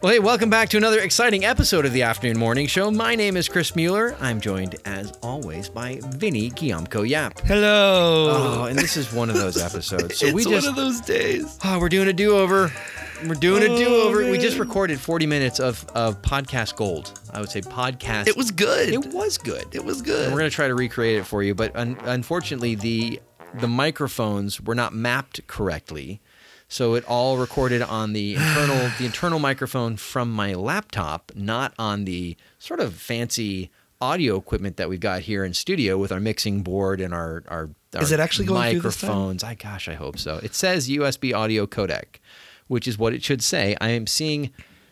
Well, hey, welcome back to another exciting episode of the Afternoon Morning Show. My name is Chris Mueller. I'm joined, as always, by Vinny Giamco Yap. Hello. Oh, and this is one of those episodes. So it's we just one of those days. oh, we're doing a do-over. We're doing a Oh, do-over. We man. just recorded 40 minutes of of podcast gold. I would say podcast. It was good. It was good. It was And good. we're gonna try to recreate it for you, but un- unfortunately, the the microphones were not mapped correctly, so it all recorded on the internal the internal microphone from my laptop, not on the sort of fancy audio equipment that we've got here in studio with our mixing board and our our, our Is it actually going through this time? microphones. I gosh, I hope so. It says USB audio codec, which is what it should say. I am seeing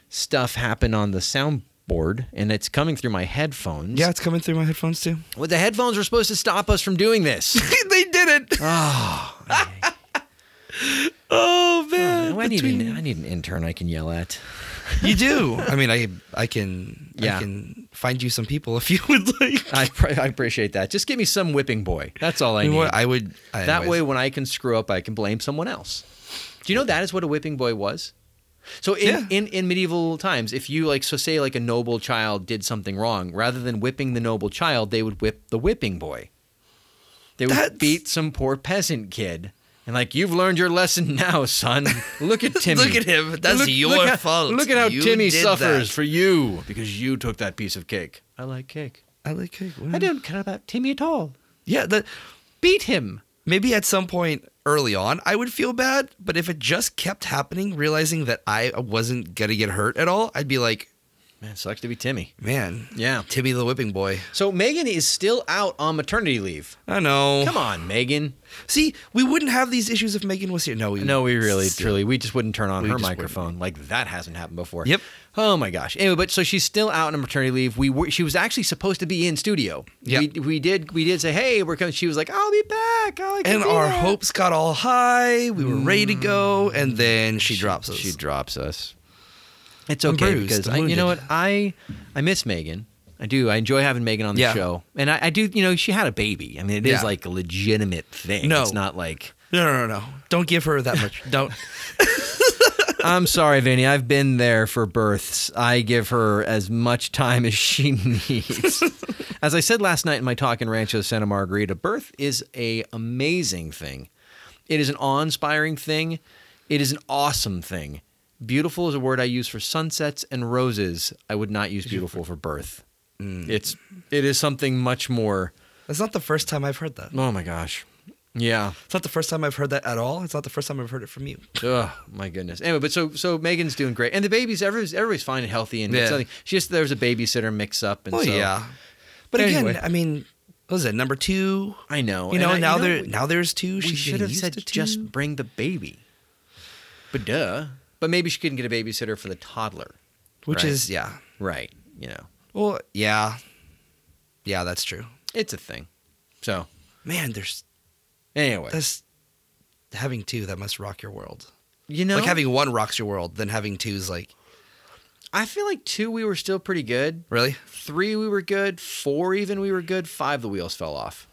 stuff happen on the soundboard, and it's coming through my headphones. yeah, it's coming through my headphones too. Well, the headphones were supposed to stop us from doing this. they did it. Oh, Ah. man. Oh, I, need Between- an, I need an intern I can yell at. you do. I mean, I I can Yeah. I can find you some people if you would like. I, pr- I appreciate that. Just give me some whipping boy. That's all I You need. know what? I would. that anyways. way, when I can screw up, I can blame someone else. Do you know that is what a whipping boy was? So in, Yeah. in, in medieval times, if you like, so say like a noble child did something wrong, rather than whipping the noble child, they would whip the whipping boy. They would That's- beat some poor peasant kid. And like you've learned your lesson now, son. Look at Timmy. Look at him. That's your how- fault. Look at how You Timmy did suffers that. for you because you took that piece of cake. I like cake. I like cake. I don't care about Timmy at all. Yeah, that Beat him. maybe at some point early on I would feel bad, but if it just kept happening, realizing that I wasn't gonna get hurt at all, I'd be like, Man, it sucks to be Timmy. man, Yeah. Timmy the whipping boy. So Megan is still out on maternity leave. I know. Come on, Megan. See, we wouldn't have these issues if Megan was here. No, we No, we really, Still. truly, we just wouldn't turn on We her just wouldn't. microphone. Like that hasn't happened before. Yep. Oh my gosh. Anyway, but so she's still out on maternity leave. We were, she was actually supposed to be in studio. Yep. We, we did we did say hey we're coming. She was like I'll be back. Oh, I can And do our that." hopes got all high. We were ready to go, and then she drops us. Mm. She drops us. It's I'm okay bruised, because I, I'm you know what wounded. I I miss Megan. I do. I enjoy having Megan on the Yeah. show, and I, I do. You know, she had a baby. I mean, it is Yeah. like a legitimate thing. No. it's not like no, no, no, no. Don't give her that much. Don't. I'm sorry, Vinny. I've been there for births. I give her as much time as she needs. as I said last night in my talk in Rancho Santa Margarita, birth is a amazing thing. It is an awe-inspiring thing. It is an awesome thing. Beautiful is a word I use for sunsets and roses. I would not use beautiful for birth. It's it is something much more. That's not the first time I've heard that. Oh my gosh. Yeah. It's not the first time I've heard that at all. It's not the first time I've heard it from you. Oh my goodness. Anyway, but so so Megan's doing great, and the baby's everybody's, everybody's fine and healthy, and Yeah. Oh, something. She just there was a babysitter mix up, and so But Anyway. again, I mean, what was it number two? I know. You know, and I- now you there we- now there's two. we She's should getting have used said to two. just bring the baby, but duh. But maybe she couldn't get a babysitter for the toddler, which right. is yeah. right? You know, Well, yeah, yeah, that's true. it's a thing. So Man, there's anyway, that's having two that must rock your world. you know, Like having one rocks your world, then having two is like I feel like two we were still pretty good. really. Three we were good. Four even we were good. Five the wheels fell off.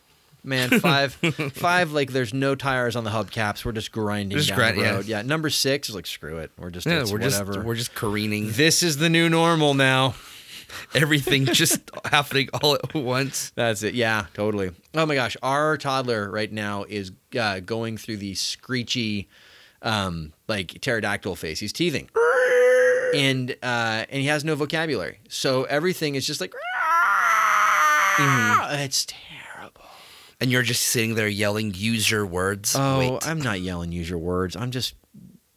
Man, five, five like there's no tires on the hubcaps. We're just grinding Just down grind- the yeah. road. Yeah. number six is like screw it. We're just it's we're whatever. just we're just careening this is the new normal now. everything just happening all at once. That's it. Yeah, totally. Oh my gosh, our toddler right now is uh, going through the screechy, um, like pterodactyl phase. He's teething, and uh, and he has no vocabulary, so everything is just like, Mm-hmm. "Ah, it's terrible. And you're just sitting there yelling, "Use your words." Oh, Wait. I'm not yelling. Use your words. I'm just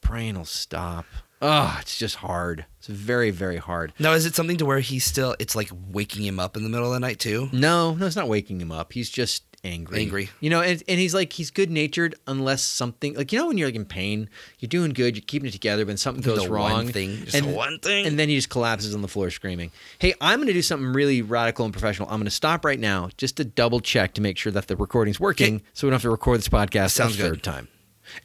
praying he'll stop. Oh, it's just hard. It's very, very hard. Now, is it something to where he's still? It's like waking him up in the middle of the night too. No, no, it's not waking him up. He's just angry. Angry. You know, and, and he's like, he's good natured unless something, like, you know, when you're like in pain, you're doing good, you're keeping it together, but when something goes the wrong. one thing, just the one thing. And then he just collapses on the floor screaming, Hey, I'm going to do something really radical and professional. I'm going to stop right now just to double check to make sure that the recording's working so we don't have to record this podcast Sounds a good. third time.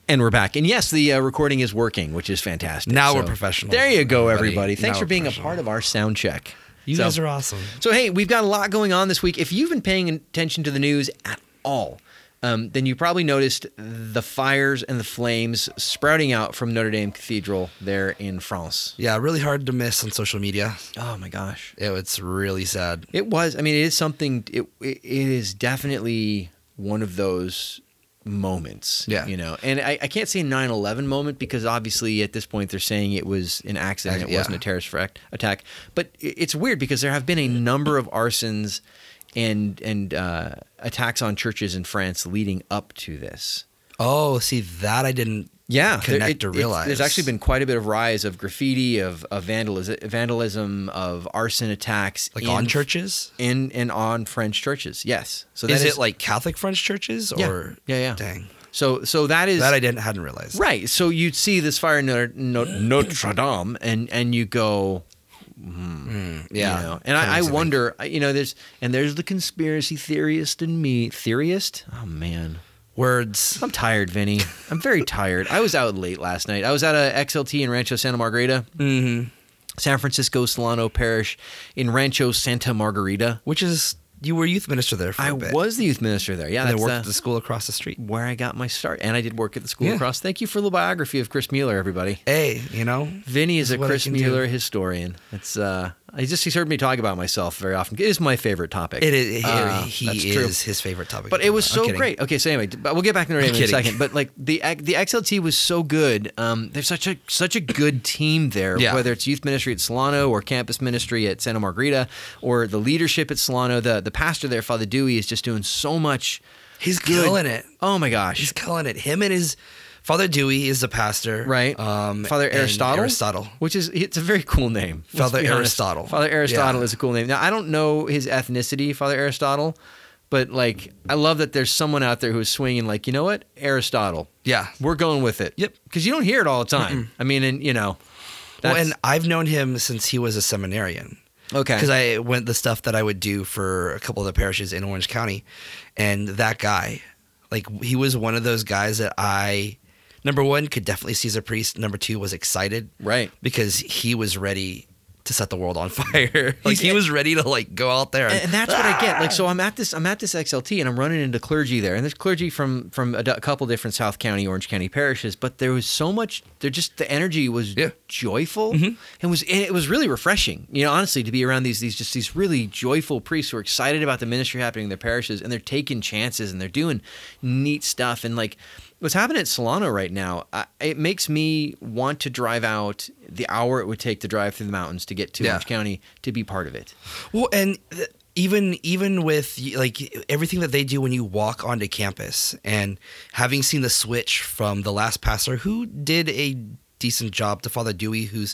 And we're back. And yes, the uh, recording is working, which is fantastic. Now we're professional, There you go, everybody. everybody. Thanks Now for we're being a professional. part of our sound check. You So- guys are awesome. so, hey, we've got a lot going on this week. If you've been paying attention to the news at all, um, then you probably noticed the fires and the flames sprouting out from Notre Dame Cathedral there in France. Yeah, really hard to miss on social media. Oh my gosh. It, it's really sad. It was. I mean, it is something. It it is definitely one of those moments. Yeah. You know, and I, I can't say 9-11 moment because obviously at this point they're saying it was an accident. It Yeah. wasn't a terrorist frac- attack. But i- it's weird because there have been a number of arsons and and uh, attacks on churches in France leading up to this. Oh, see that I didn't. Yeah, connect or it's- realize. There's actually been quite a bit of rise of graffiti, of, of vandalism, vandalism, of arson attacks, Like in- on churches? in and on French churches. Yes, so that is, it like Catholic French churches Yeah. or Yeah, yeah. Dang, so? So that is that I didn't hadn't realized. right. So you'd see this fire in Notre, No- Notre Dame, and and you go, hmm, Hmm, Yeah, you know, and I, I Kinda wonder, I- you know, there's and there's the conspiracy theorist in me. Theorist? Oh man, words. I'm tired, Vinny. I'm very tired. I was out late last night. I was at a XLT in Rancho Santa Margarita. Mm-hmm. San Francisco Solano Parish in Rancho Santa Margarita. Which is you were youth minister there for I a bit. was the youth minister there. Yeah, And I that's worked at the- the school across the street. where I got my start, and I did work at the school Yeah. across. Thank you for the biography of Chris Mueller, everybody. Hey, you know, Vinny is This a is what I Chris can do. Mueller historian. It's uh, I just he's heard me talk about myself very often. It is my favorite topic. it is. Uh, he that's is true. his favorite topic. But to it talk was about. I'm so kidding. great. Okay, so anyway, d- but we'll get back to Notre Dame in a kidding. second. But like the X- the XLT was so good. Um, there's such a such a good team there. Yeah. Whether it's youth ministry at Solano or campus ministry at Santa Margarita or the leadership at Solano, the the pastor there, Father Dewey, is just doing so much. He's good- killing it. Oh my gosh, He's killing it. Him and his father Dewey is the pastor, right? Um, Father and Aristotle. Aristotle. which is it's a very cool name. let's Father be honest. Aristotle. Father Aristotle Yeah. is a cool name. Now I don't know his ethnicity, Father Aristotle, but like I love that there's someone out there who's swinging like you know what Aristotle. Yeah. We're going with it. Yep. Because you don't hear it all the time. I mean, and you know, Well, that's and I've known him since he was a seminarian. okay. Because I went the stuff that I would do for a couple of the parishes in Orange County, and that guy, like he was one of those guys that I, number one, could definitely see as a priest. Number two, was excited, Right. Because he was ready to set the world on fire. like He's- he was ready to like go out there. and, and that's what I get. Like, so I'm at this, I'm at this XLT, and I'm running into clergy there, and there's clergy from from a d- couple different South County, Orange County parishes, but there was so much. There just the energy was Yeah. Mm-hmm. joyful, and was and it was really refreshing. You know, honestly, to be around these these just these really joyful priests who are excited about the ministry happening in their parishes, and they're taking chances and they're doing neat stuff, and like. What's happening at Solano right now? I, it makes me want to drive out the hour it would take to drive through the mountains to get to Yeah. Orange County to be part of it. Well, and th- even even with y- like everything that they do when you walk onto campus, and having seen the switch from the last pastor who did a decent job to Father Dewey, who's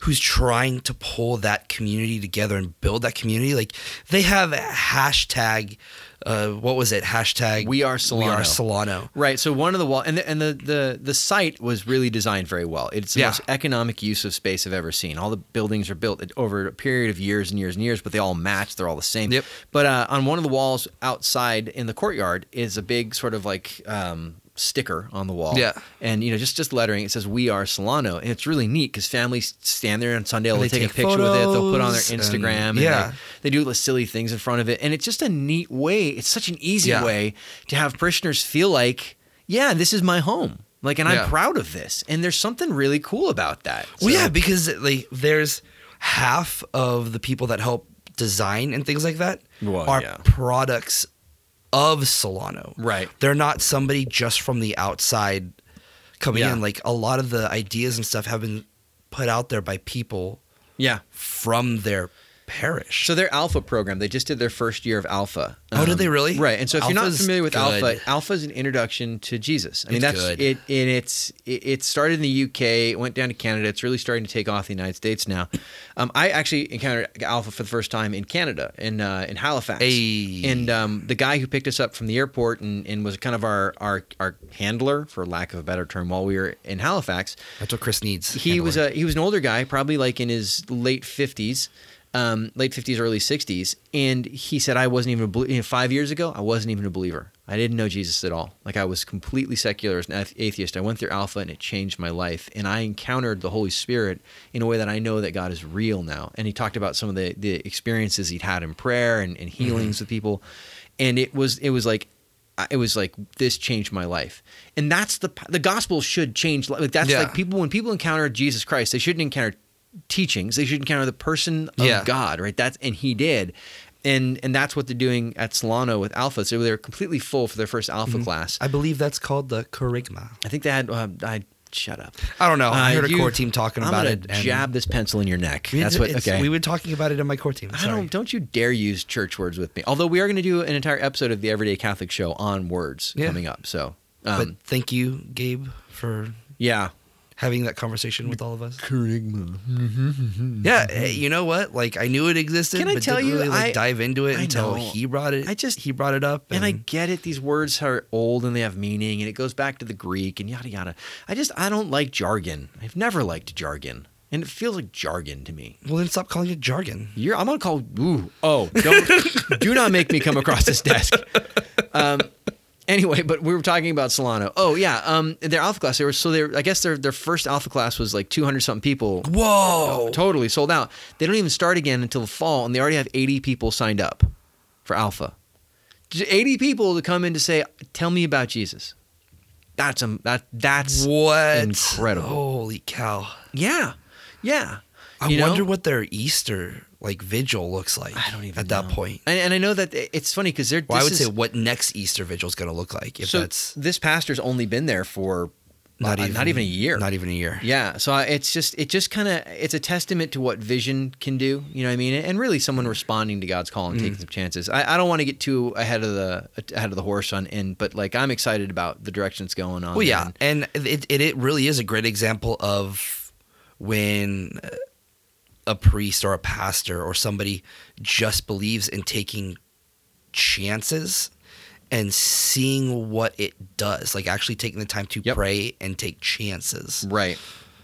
who's trying to pull that community together and build that community. Like they have a hashtag, uh, what was it? Hashtag We are We Solano. are Solano. Right. So one of the wall and the, and the, the the site was really designed very well. It's the Yeah. most economic use of space I've ever seen. All the buildings are built at- over a period of years and years and years, but they all match. They're all the same. Yep. But uh, on one of the walls outside in the courtyard is a big sort of like. Um, sticker on the wall Yeah. and you know just just lettering it says we are solano and it's really neat because families stand there on sunday they'll they take, a take picture with it they'll put it on their photos and- instagram and, yeah. they- they do silly things in front of it and it's just a neat way it's such an easy Yeah. way to have parishioners feel like yeah this is my home like and i'm Yeah. proud of this and there's something really cool about that Well, So- yeah, because like there's half of the people that help design and things like that Well, are yeah. products of Solano. Right. They're not somebody just from the outside coming Yeah. in. Like a lot of the ideas and stuff have been put out there by people yeah from their parish. so their alpha program they just did their first year of alpha Um, Oh, did they really? right and so if you're not Alpha's familiar with good. alpha alpha is an introduction to jesus i mean It's that's good. it and it's it, it started in the uk it went down to canada it's really starting to take off in the united states now um, i actually encountered alpha for the first time in canada in uh, in halifax Hey. and um, the guy who picked us up from the airport and, and was kind of our, our our handler for lack of a better term while we were in halifax That's what Chris needs. he was a he was an older guy, probably like in his late fifties, um, late fifties, early sixties, and he said I wasn't even a bel- you know, five years ago. I wasn't even a believer. I didn't know Jesus at all. Like I was completely secular as an ath- atheist. I went through Alpha and it changed my life, and I encountered the Holy Spirit in a way that I know that God is real now. And he talked about some of the the experiences he'd had in prayer and, and healings with people, and it was it was like I- it was like this changed my life and that's the the gospel should change li- like that's Yeah. like people when people encounter jesus christ they shouldn't encounter teachings they should encounter the person of Yeah. god right that's and he did and and that's what they're doing at solano with alpha so they're completely full for their first alpha Mm-hmm. class I believe that's called the charisma. i think they had uh, i shut up I don't know. Oh, I Uh, heard a you- core team talking I'm about gonna it. and- jab this pencil in your neck We- that's what it's- okay We were talking about it in my core team. I Sorry. don't, don't you dare use church words with me. Although we are going to do an entire episode of the Everyday Catholic Show on words Yeah. coming up. So, um, but thank you, Gabe, for yeah. having that conversation with all of us. Yeah, eh, you know what? Like I knew it existed, Can I but tell didn't you, really like I- dive into it I until know. he brought it. I just- he brought it up, And I get it. These words are old and they have meaning and it goes back to the Greek and yada, yada. I just, I don't like jargon. I've never liked jargon. And it feels like jargon to me. well, then stop calling it jargon. You're, I'm gonna call. Ooh, oh, don't, do not make me come across this desk. Um, anyway, but we were talking about Solano. Oh yeah, um, their alpha class. They were so their. I guess their their first alpha class was like 200 something people. Whoa! Oh, Totally sold out. They don't even start again until the fall, and they already have 80 people signed up for alpha. J- 80 people to come in to say, "Tell me about Jesus." That's um that that's What? incredible. Holy cow! yeah yeah. I You know? wonder what their Easter like vigil looks like. I don't even at that know. point. And, and I know that it's funny because they're. Well, I this would is- say what next Easter vigil is going to look like if so that's this pastor's only been there for not, even, not even a year. Not even a year. yeah, so I- it's just it just kind of it's a testament to what vision can do. You know what I mean? And really, Mm-hmm. someone responding to God's call and taking some chances. I, I don't want to get too ahead of the ahead of the horse on in, but like I'm excited about the direction it's going on. Well, yeah, and- and it, it it really is a great example of when uh, a priest or a pastor or somebody just believes in taking chances and seeing what it does, like actually taking the time to Yep. pray and take chances right.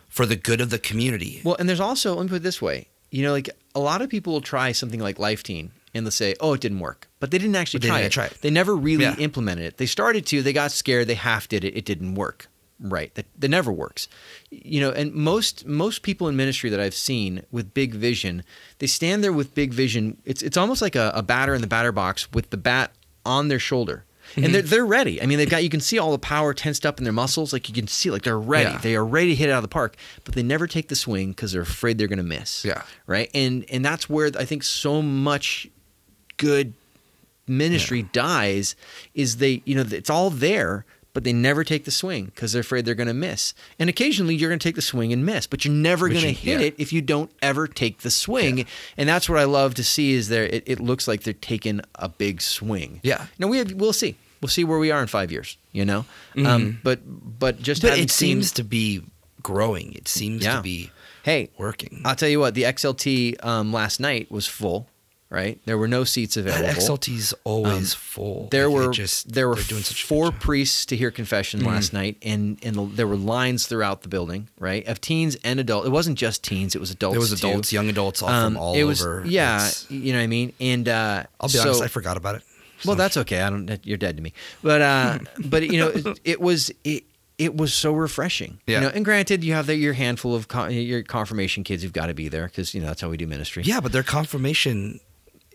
for the good of the community. Well, and there's also let me put it this way. You know, like a lot of people will try something like Life Teen and they'll say, "Oh, it didn't work," but they didn't actually But they try, it. didn't try it. They never really Yeah. implemented it. They started to. They got scared. They half did it. It didn't work. Right. That, that never works. You know, and most most people in ministry that I've seen with big vision, they stand there with big vision. It's it's almost like a, a batter in the batter box with the bat on their shoulder. Mm-hmm. And they're, they're ready. I mean, they've got you can see all the power tensed up in their muscles. Like you can see, like they're ready. Yeah. They are ready to hit it out of the park, but they never take the swing because they're afraid they're going to miss Yeah. right and and that's where i think so much good ministry dies is they you know it's all there but they never take the swing because they're afraid they're going to miss and occasionally you're going to take the swing and miss but you're never But going to you- hit yeah. it if you don't ever take the swing and that's what i love to see is there it, it looks like they're taking a big swing Yeah. now we have, we'll see we'll see where we are in five years you know um, but but just Mm-hmm. but having it seen- seems to be growing. It seems Yeah. to be hey working. I'll tell you what, the XLT um, last night was full, right? There were no seats That available. XLT's always full. Um, there Like, it were just there were they're doing such a good four job. Mm-hmm. priests to hear confession last night, and and the, there were lines throughout the building, right, of teens and adults. It wasn't just teens; it was adults. There was too. adults, young adults, all Um, from all it was, over. Yeah, It's- you know what I mean. And uh, I'll be so, honest, I forgot about it. well, that's okay. I don't. You're dead to me. But uh, but you know, it, it was it. It was so refreshing, Yeah. you know. And granted, you have the, your handful of con- your confirmation kids who've got to be there because you know that's how we do ministry. yeah, but their confirmation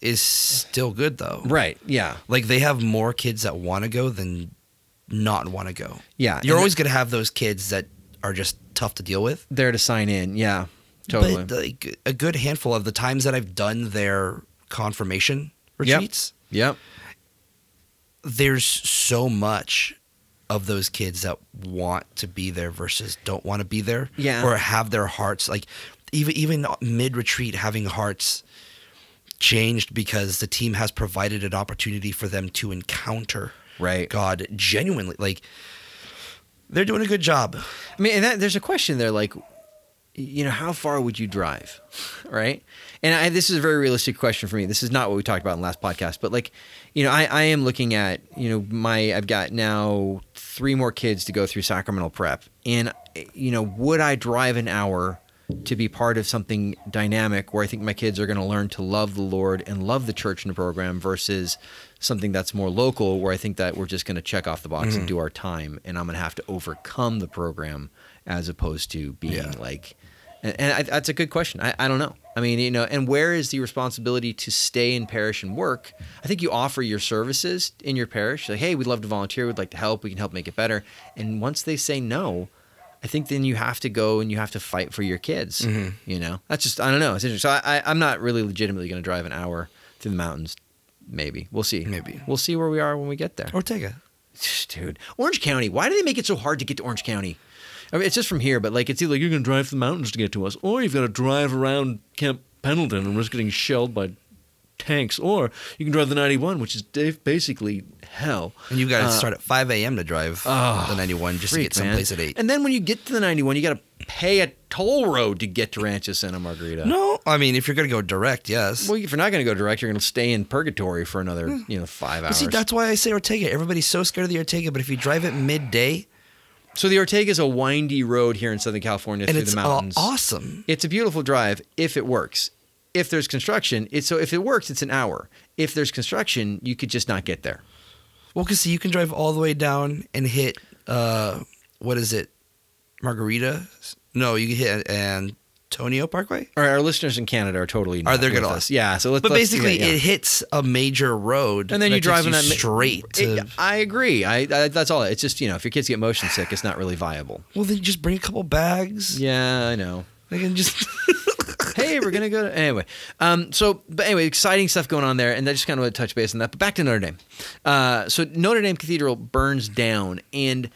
is still good though. Right. Yeah. Like they have more kids that want to go than not want to go. Yeah. You're and always going to have those kids that are just tough to deal with. there to sign in. Yeah. Totally. But like a good handful of the times that I've done their confirmation retreats, yep. there's so much of those kids that want to be there versus don't want to be there Yeah. or have their hearts like even even mid retreat having hearts changed because the team has provided an opportunity for them to encounter Right. God genuinely like they're doing a good job I mean, and that, there's a question there, like, you know, how far would you drive, right? And I, this is a very realistic question for me. This is not what we talked about in the last podcast, but like, you know, I, I am looking at, you know, my I've got now three more kids to go through Sacramento prep, and you know, would I drive an hour? To be part of something dynamic where I think my kids are going to learn to love the Lord and love the church and the program versus something that's more local where I think that we're just going to check off the box and do our time and I'm going to have to overcome the program as opposed to being Yeah. like And, and I, that's a good question. I, I don't know. I mean, you know, and where is the responsibility to stay in parish and work? I think you offer your services in your parish, like, hey, we'd love to volunteer, we'd like to help, we can help make it better. And once they say no, I think then you have to go and you have to fight for your kids. You know, that's just I don't know. It's interesting. So I, I I'm not really legitimately going to drive an hour through the mountains. Maybe we'll see. Maybe. we'll see where we are when we get there. Ortega. Dude, Orange County. Why do they make it so hard to get to Orange County? I mean, it's just from here, but like it's either you're going to drive through the mountains to get to us, or you've got to drive around Camp Pendleton and risk getting shelled by tanks, or you can drive the 91, which is da- basically hell. And you've got to start at 5 a.m. to drive the 91 just Uh, oh, to Freak, get someplace man. at 8. And then when you get to the 91, you got to pay a toll road to get to Rancho Santa Margarita. No, I mean, if you're going to go direct, yes. Well, if you're not going to go direct, you're going to stay in purgatory for another, you know, five Mm. But hours. see, that's why I say Ortega. Everybody's so scared of the Ortega, but if you drive it midday, so the Ortega is a windy road here in Southern California and through it's the all mountains. awesome. It's a beautiful drive if it works. If there's construction, it's so if it works, it's an hour. If there's construction, you could just not get there. Well, because see, you can drive all the way down and hit, uh, what is it, Margarita? No, you can hit Antonio Parkway. All right, our listeners in Canada are totally Are they not gonna with lie? us. Yeah, so let's. But let's- basically, yeah, yeah. it hits a major road, and then you that drive takes in that ma- straight. It- To, I agree. I, I that's all. It's just you know if your kids get motion sick, it's not really viable. well, then just bring a couple bags. Yeah, I know. I can just. hey, we're gonna go to anyway. Um, so, but anyway, exciting stuff going on there, and I just kind of want to touch base on that. But back to Notre Dame. Uh, so Notre Dame Cathedral burns down, and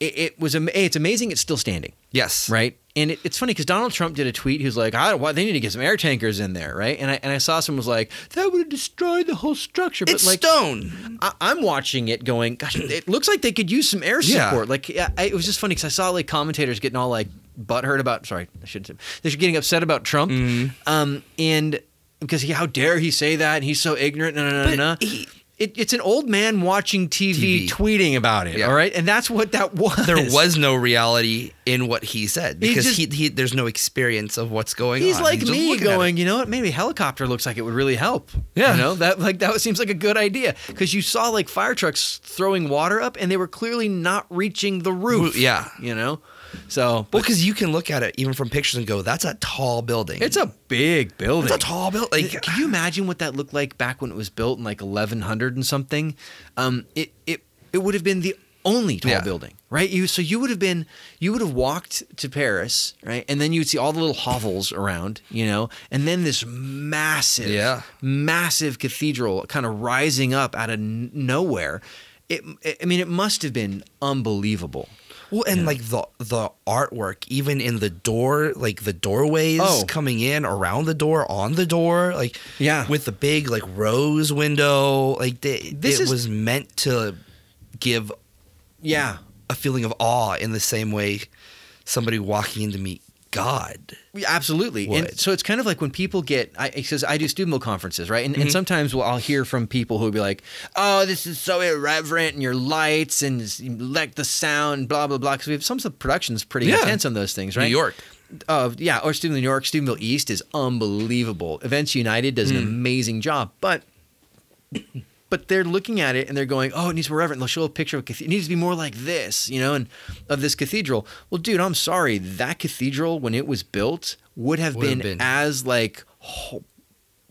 it, it was am- hey, it's amazing it's still standing, yes. right? And it, it's funny because Donald Trump did a tweet. He was like, "I don't, why, they need to get some air tankers in there, right?" And I and I saw someone was like, "That would have destroyed the whole structure." But It's like, stone. I, I'm watching it going, gosh, it looks like they could use some air Yeah. support. Like, I, I- it was just funny because I saw like commentators getting all like butthurt about, sorry, I shouldn't say, they're getting upset about Trump. Mm-hmm. Um, and because he, how dare he say that? And he's so ignorant. No, no, no, But no. he- It, it's an old man watching TV, TV. tweeting about it. Yeah. All right. And that's what that was. There was no reality in what he said He because just- he, he there's no experience of what's going He's on. like just me looking at it. going, you know what? Maybe a helicopter looks like it would really help. Yeah. You know, that like that seems like a good idea because you saw like fire trucks throwing water up and they were clearly not reaching the roof. Roo- yeah. You know? So, Well, because you can look at it even from pictures and go, "That's a tall building. it's a big building. It's a tall building. Like, Can you imagine what that looked like back when it was built in like 1100 and something? Um, it it it would have been the only tall Yeah. building, right? You so you would have been you would have walked to Paris, right? And then you'd see all the little hovels around, you know, and then this massive, Yeah. massive cathedral kind of rising up out of n- nowhere. It, I mean, it must have been unbelievable. Well, and like the the artwork, even in the door, like the doorways Oh. coming in around the door, on the door, like Yeah. with the big like rose window, like they, This this it is- was meant to give Yeah, a feeling of awe in the same way somebody walking in to meet God. Yeah, absolutely. And Would. so it's kind of like when people get, I, because I do student loan conferences, right? Mm-hmm. And, and sometimes we'll, I'll hear from people who'll be like, oh, this is so irreverent and your lights and s- like the sound, blah, blah, blah. Because we have some of the production's pretty Yeah. intense on those things, right? New York. Uh, yeah, or Steubenville, New York. Steubenville East is unbelievable. Events United does an Hmm. amazing job, but but they're looking at it and they're going, "Oh, it needs more reverent." They'll show a picture of a cathedral. It needs to be more like this, you know, and of this cathedral. Well, dude, I'm sorry, that cathedral when it was built would have, Would been, have been. as like, ho-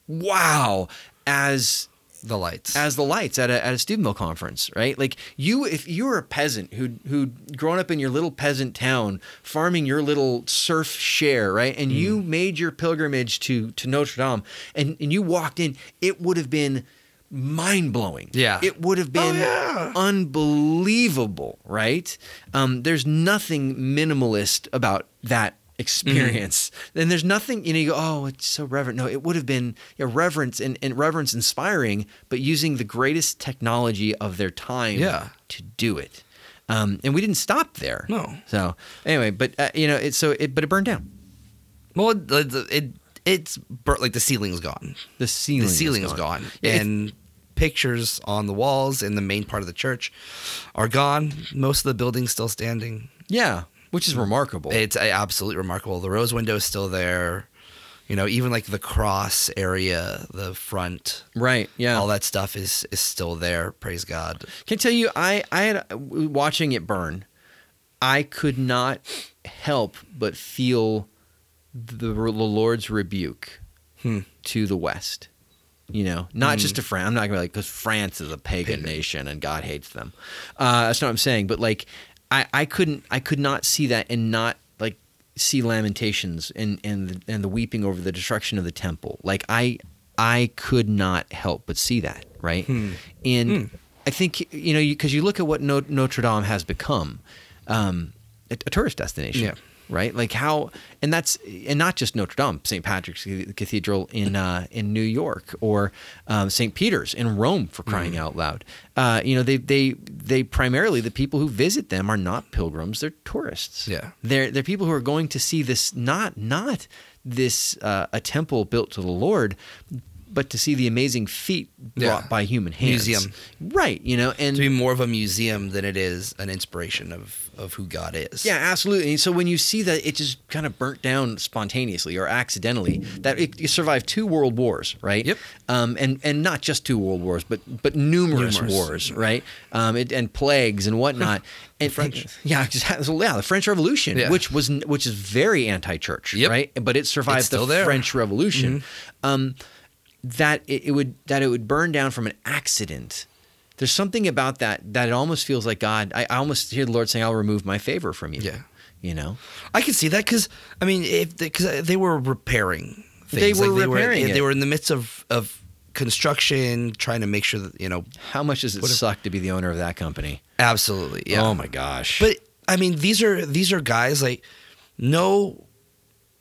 wow, as The lights. as the lights at a at a Steubenville conference, right? Like you, if you were a peasant who who grown up in your little peasant town, farming your little surf share, right? And Mm. you made your pilgrimage to to Notre Dame, and and you walked in, it would have been mind blowing. Yeah. Oh, it would have been yeah. unbelievable, right? Um, there's nothing minimalist about that experience. Then there's nothing, you know, you go, oh, it's so reverent. No, it would have been you know, reverence and, and reverence inspiring, but using the greatest technology of their time Yeah. to do it. Um, and we didn't stop there. No. So anyway, but uh, you know, it so it but it burned down. well, it, it it's burnt, like the ceiling's gone. The ceiling. the ceiling's is gone, Yeah, it's- and pictures on the walls in the main part of the church are gone most of the building's still standing Yeah, which is remarkable. it's uh, absolutely remarkable the rose window is still there you know even like the cross area the front right. Yeah. all that stuff is is still there praise god Can tell you, I I had watching it burn, I could not help but feel the, the Lord's rebuke Hmm. to the West. You know, not just to France. I'm not gonna be like because France is a pagan nation and God hates them. Uh, that's not what I'm saying. But like, I, I couldn't I could not see that and not like see lamentations and and the, and the weeping over the destruction of the temple. Like I I could not help but see that right. And I think you know because you, look at what no- Notre Dame has become, um, a, a tourist destination Yeah. right? Like how, and that's and not just Notre Dame, St. Patrick's Cathedral Mm-hmm. in uh, in New York, or um, St. Peter's in Rome, for crying Mm-hmm. out loud. Uh, you know, they they they primarily the people who visit them are not pilgrims; they're tourists. Yeah. they're they're people who are going to see this not not this uh, a temple built to the Lord. But to see the amazing feat wrought Yeah. by human hands, Museum. right? You know, and to be more of a museum than it is an inspiration of of who God is. Yeah, absolutely. And so when you see that it just kind of burnt down spontaneously or accidentally, that it, it survived two world wars, right? Yep. Um, and and not just two world wars, but but numerous, Numerous. wars, right? Um, it, and plagues and whatnot. and French. yeah, just, yeah, the French Revolution, Yeah. which was which is very anti-church, Yep. right? But it survived It's still the there. Mm-hmm. French Revolution. Um, that it, it would that it would burn down from an accident. There's something about that that it almost feels like God. I, I almost hear the Lord saying, "I'll remove my favor from you." Yeah. you know, I can see that because I mean, if because they, were repairing, They things. were Like, repairing They it. were in the midst of of construction, trying to make sure that you know, how much does it suck to be the owner of that company? absolutely, yeah. Oh my gosh. But I mean, these are these are guys like no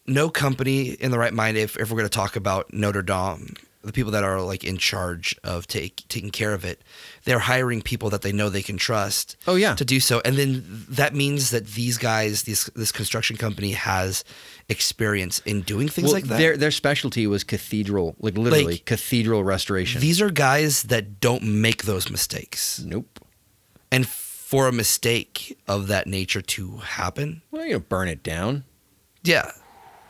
no company in the right mind. If if we're going to talk about Notre Dame, the people that are like in charge of take taking care of it, they're hiring people that they know they can trust. Oh, yeah. to do so, and then that means that these guys, these this construction company has experience in doing things Well, like that. their their specialty was cathedral, like literally Like- cathedral restoration. these are guys that don't make those mistakes, nope. and for a mistake of that nature to happen, Well, you know, burn it down. yeah, I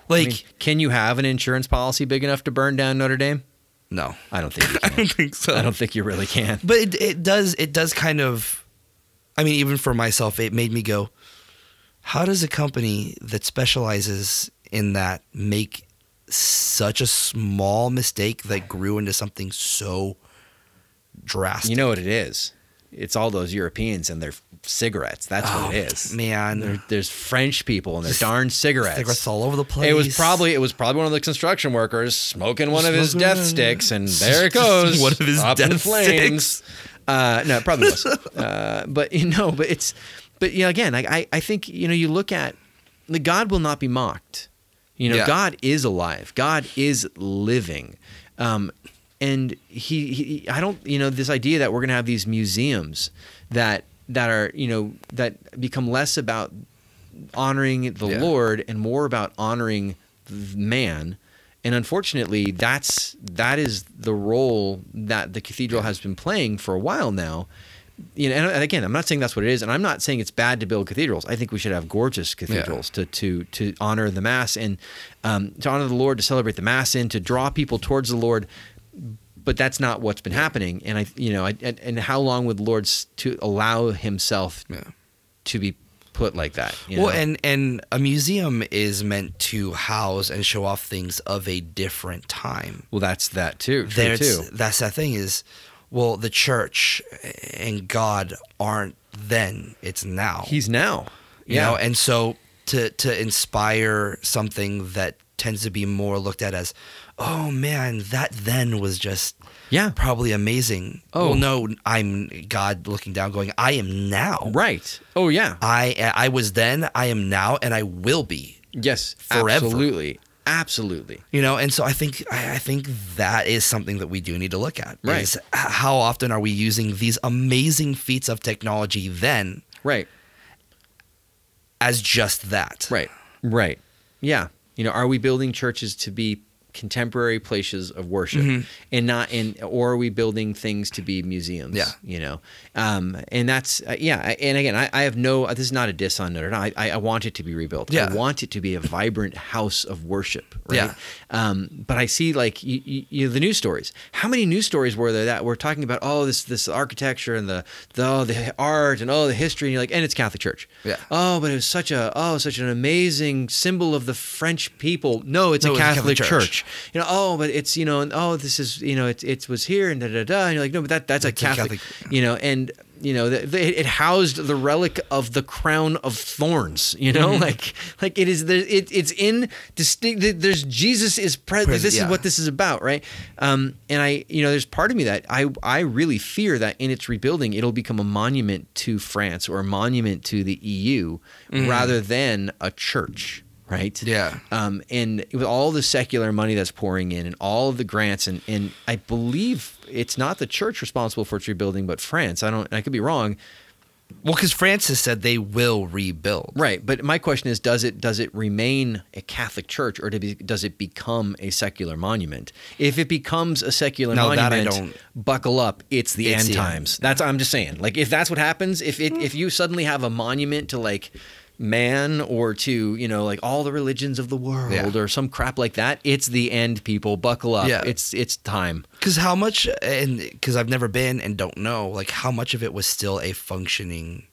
like. mean, can you have an insurance policy big enough to burn down Notre Dame? no, I don't think you I can. don't think so. I don't think you really can. but it, it does it does kind of i mean even for myself it made me go how does a company that specializes in that make such a small mistake that grew into something so drastic You know what it is? It's all those Europeans and their cigarettes. That's what Oh, it is. man There- there's French people and their darn cigarettes. cigarettes all over the place It was probably it was probably one of the construction workers smoking one of his Smoking death one- sticks, and there it goes, One of his up in death flames. Uh, no, it probably was. uh, but you know, but it's, but you know, again, I, I, I think you know, you look at the God will not be mocked. You know, Yeah. God is alive. God is living, um, and he, he, I don't, you know, this idea that we're gonna have these museums that that are, you know, that become less about honoring the Yeah. Lord and more about honoring th- man. And unfortunately, that's that is the role that the cathedral has been playing for a while now. You know, and- and again, I'm not saying that's what it is, and I'm not saying it's bad to build cathedrals. I think we should have gorgeous cathedrals to to to honor the mass and um, to honor the Lord, to celebrate the mass, and to draw people towards the Lord but that's not what's been happening. And I, you know, I, and, and how long would Lord s- to allow himself Yeah. to be put like that? you well know? and and a museum is meant to house and show off things of a different time well, that's that too. True There's- too. That's that thing is, well, the church and God aren't then; it's now. He's now. you Yeah. know, and so to to inspire something that tends to be more looked at as, oh man, that then was just yeah. probably amazing. Oh. well, no, I'm God looking down, going, I am now. Right. Oh yeah. I I was then, I am now, and I will be. Yes. Forever. Absolutely. Absolutely. You know, and so I think I I think that is something that we do need to look at. Right. is h- how often are we using these amazing feats of technology then Right. as just that? Right. Right. Yeah. You know, are we building churches to be contemporary places of worship Mm-hmm. and not in or are we building things to be museums Yeah. you know um, and that's uh, yeah I- and again I, I have no uh, this is not a diss on Notre Dame I- I, I want it to be rebuilt Yeah. I want it to be a vibrant house of worship right Yeah. um, but I see like you, you, you know, the news stories how many news stories were there that were talking about oh this this architecture and the the, oh, the art and oh the history and you're like and it's Catholic Church Yeah. oh but it was such a oh such an amazing symbol of the French people no it's No, a it's a Catholic, Catholic church. church. You know, oh, but it's you know, and oh, this is you know, it it was here and da da da. And you're like, no, but that that's a a Catholic, Catholic- you know, and you know, the, the, it housed the relic of the crown of thorns. You know, Mm-hmm. like like it is the it it's in distinct. th- There's Jesus is present. Present, this is yeah. what this is about, right? Um, and I, you know, there's part of me that I I really fear that in its rebuilding, it'll become a monument to France or a monument to the EU rather than a church. Right Yeah. um, and with all the secular money that's pouring in and all of the grants and, and I believe it's not the church responsible for its rebuilding, but France. I don't. I could be wrong. Well, because Francis said they will rebuild. Right. But my question is, does it does it remain a Catholic church or do be, does it become a secular monument? If it becomes a secular No, that I monument, buckle up. It's the It's end the times. That's I'm just saying. Like if that's what happens, if it if you suddenly have a monument to like man or to you know like all the religions of the world Yeah. or some crap like that, it's the end. People, buckle up. Yeah. It's it's time. Because how much, and because I've never been and don't know, like how much of it was still a functioning.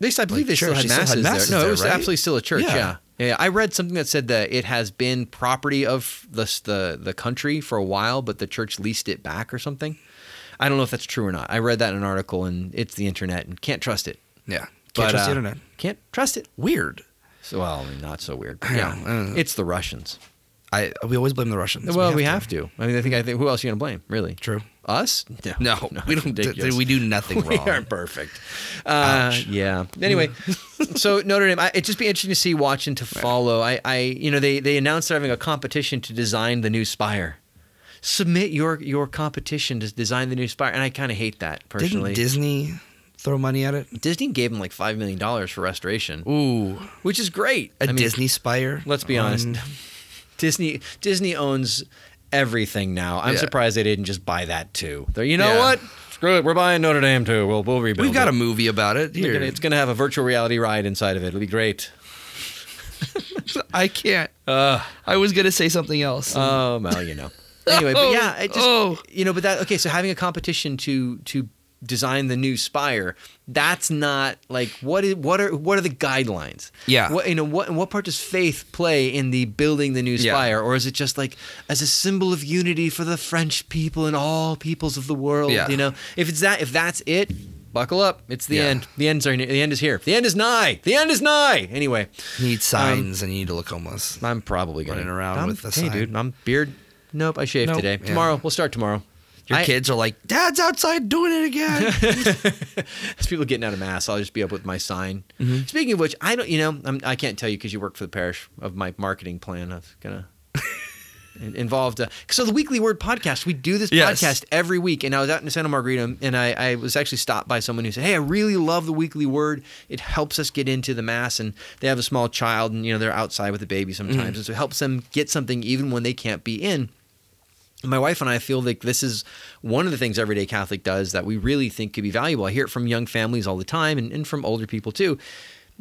They, I believe Like they still church, had they still had masses, masses there. No, it there, was right? absolutely still a church. Yeah. Yeah. yeah. I read something that said that it has been property of the, the the country for a while, but the church leased it back or something. I don't know if that's true or not. I read that in an article, and it's the internet, and can't trust it. Yeah. Can't But, trust the uh, internet. Can't trust it. Weird. So, well, I mean, not so weird. but I yeah, know, I don't know. it's the Russians. I we always blame the Russians. well, we have, to. I mean, I think I think who else are you gonna blame? Really? True. Us? No, we don't. ridiculous. we do nothing we wrong. aren't perfect. Uh, Ouch. yeah. Anyway, so Notre Dame, I, it'd just be interesting to see, watch, and to follow. I, I, you know, they they announced they're having a competition to design the new spire. Submit your your competition to design the new spire, and I kind of hate that personally. Didn't Disney throw money at it? Disney gave them like five million dollars for restoration, Ooh, which is great. a I mean, Disney spire. Let's be honest. on- Disney Disney owns everything now. I'm Yeah. surprised they didn't just buy that too. They're, you know Yeah. what? Screw it. We're buying Notre Dame too. We'll we'll rebuild. We've got it. a movie about it They're here. gonna- it's going to have a virtual reality ride inside of it. It'll be great. I can't. Uh, I was gonna say something else. oh well, you know. Anyway, but yeah, it just Um, Oh. you know, but that okay. So having a competition to to design the new spire, that's not like what is what are what are the guidelines? Yeah. what you know what and what part does faith play in the building the new Yeah. spire, or is it just like as a symbol of unity for the French people and all peoples of the world? Yeah. You know, if it's that if that's it. Buckle up! It's the Yeah. end. The end's are, the end is here. The end is nigh. The end is nigh. Anyway, you um, need signs and you need locomas. I'm probably gonna Running around I'm- with the hey, sign. dude. I'm beard. Nope, I shaved Nope. today. Yeah. Tomorrow, we'll start tomorrow. Your I- kids are like, "Dad's outside doing it again." As people getting out of mass, I'll just be up with my sign. Mm-hmm. Speaking of which, I don't. You know, I'm, I can't tell you because you work for the parish of my marketing plan. Of gonna. in- Involved. Uh, so the weekly word podcast, we do this Yes. podcast every week. And I was out in Santa Margarita, and I, I was actually stopped by someone who said, "Hey, I really love the weekly word. It helps us get into the mass." And they have a small child, and you know they're outside with the baby sometimes, Mm. and so it helps them get something even when they can't be in. my wife and I feel like this is one of the things Everyday Catholic does that we really think could be valuable. I hear it from young families all the time and, and from older people too.